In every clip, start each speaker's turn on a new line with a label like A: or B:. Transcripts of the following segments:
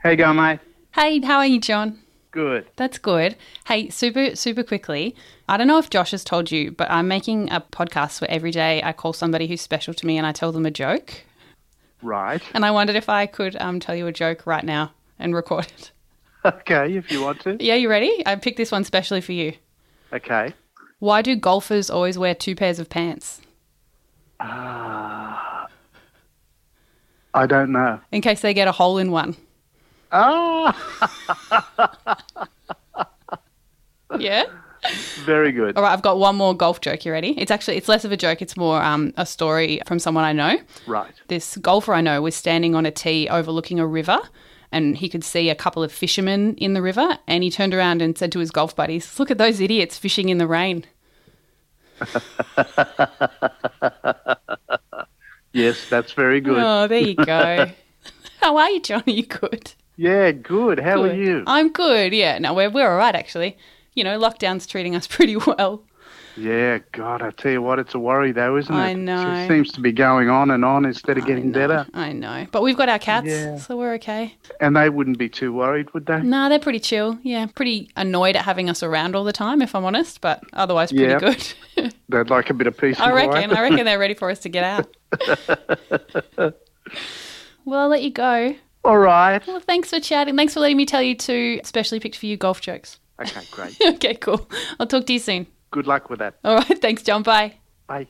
A: How you going, mate?
B: Hey, how are you, John?
A: Good.
B: That's good. Hey, super, super quickly. I don't know if Josh has told you, but I'm making a podcast where every day I call somebody who's special to me and I tell them a joke.
A: Right.
B: And I wondered if I could um, tell you a joke right now and record it.
A: Okay, if you want to.
B: Yeah, you ready? I picked this one specially for you.
A: Okay.
B: Why do golfers always wear two pairs of pants?
A: I don't know.
B: In case they get a hole in one.
A: Ah,
B: Yeah?
A: very good.
B: All right, I've got one more golf joke. You ready? It's actually, it's less of a joke. It's more um, a story from someone I know.
A: Right.
B: This golfer I know was standing on a tee overlooking a river and he could see a couple of fishermen in the river and he turned around and said to his golf buddies, look at those idiots fishing in the rain.
A: Yes, that's very good.
B: Oh, there you go. How are you, John? Are you good?
A: yeah, good. Ah. How are
B: Good.
A: you?
B: I'm good. Yeah. No, we're we're all right actually. You know, lockdown's treating us pretty well.
A: yeah, God, I tell you what, it's a worry though, isn't it?
B: I
A: It
B: know.
A: seems to be going on and on instead of getting
B: I know,
A: better.
B: I know, but we've got our cats,
A: Yeah.
B: so we're okay.
A: And they wouldn't be too worried, would they?
B: Nah, they're pretty chill. Yeah, pretty annoyed at having us around all the time, if I'm honest. But otherwise, pretty
A: Yeah.
B: good.
A: They'd like a bit of peace
B: I
A: and
B: reckon.
A: quiet.
B: I reckon they're ready for us to get out. well, I'll let you go.
A: All right.
B: Well, thanks for chatting. Thanks for letting me tell you two specially picked for you golf jokes.
A: Okay, great.
B: okay, cool. I'll talk to you soon.
A: Good luck with that.
B: All right, thanks, John. Bye.
A: Bye.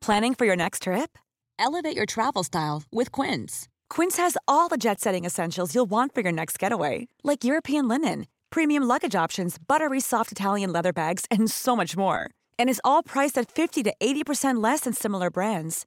C: Planning for your next trip? Elevate your travel style with Quince. Quince has all the jet setting essentials you'll want for your next getaway, like European linen, premium luggage options, buttery soft Italian leather bags, and so much more. And is all priced at 50 to 80% less than similar brands.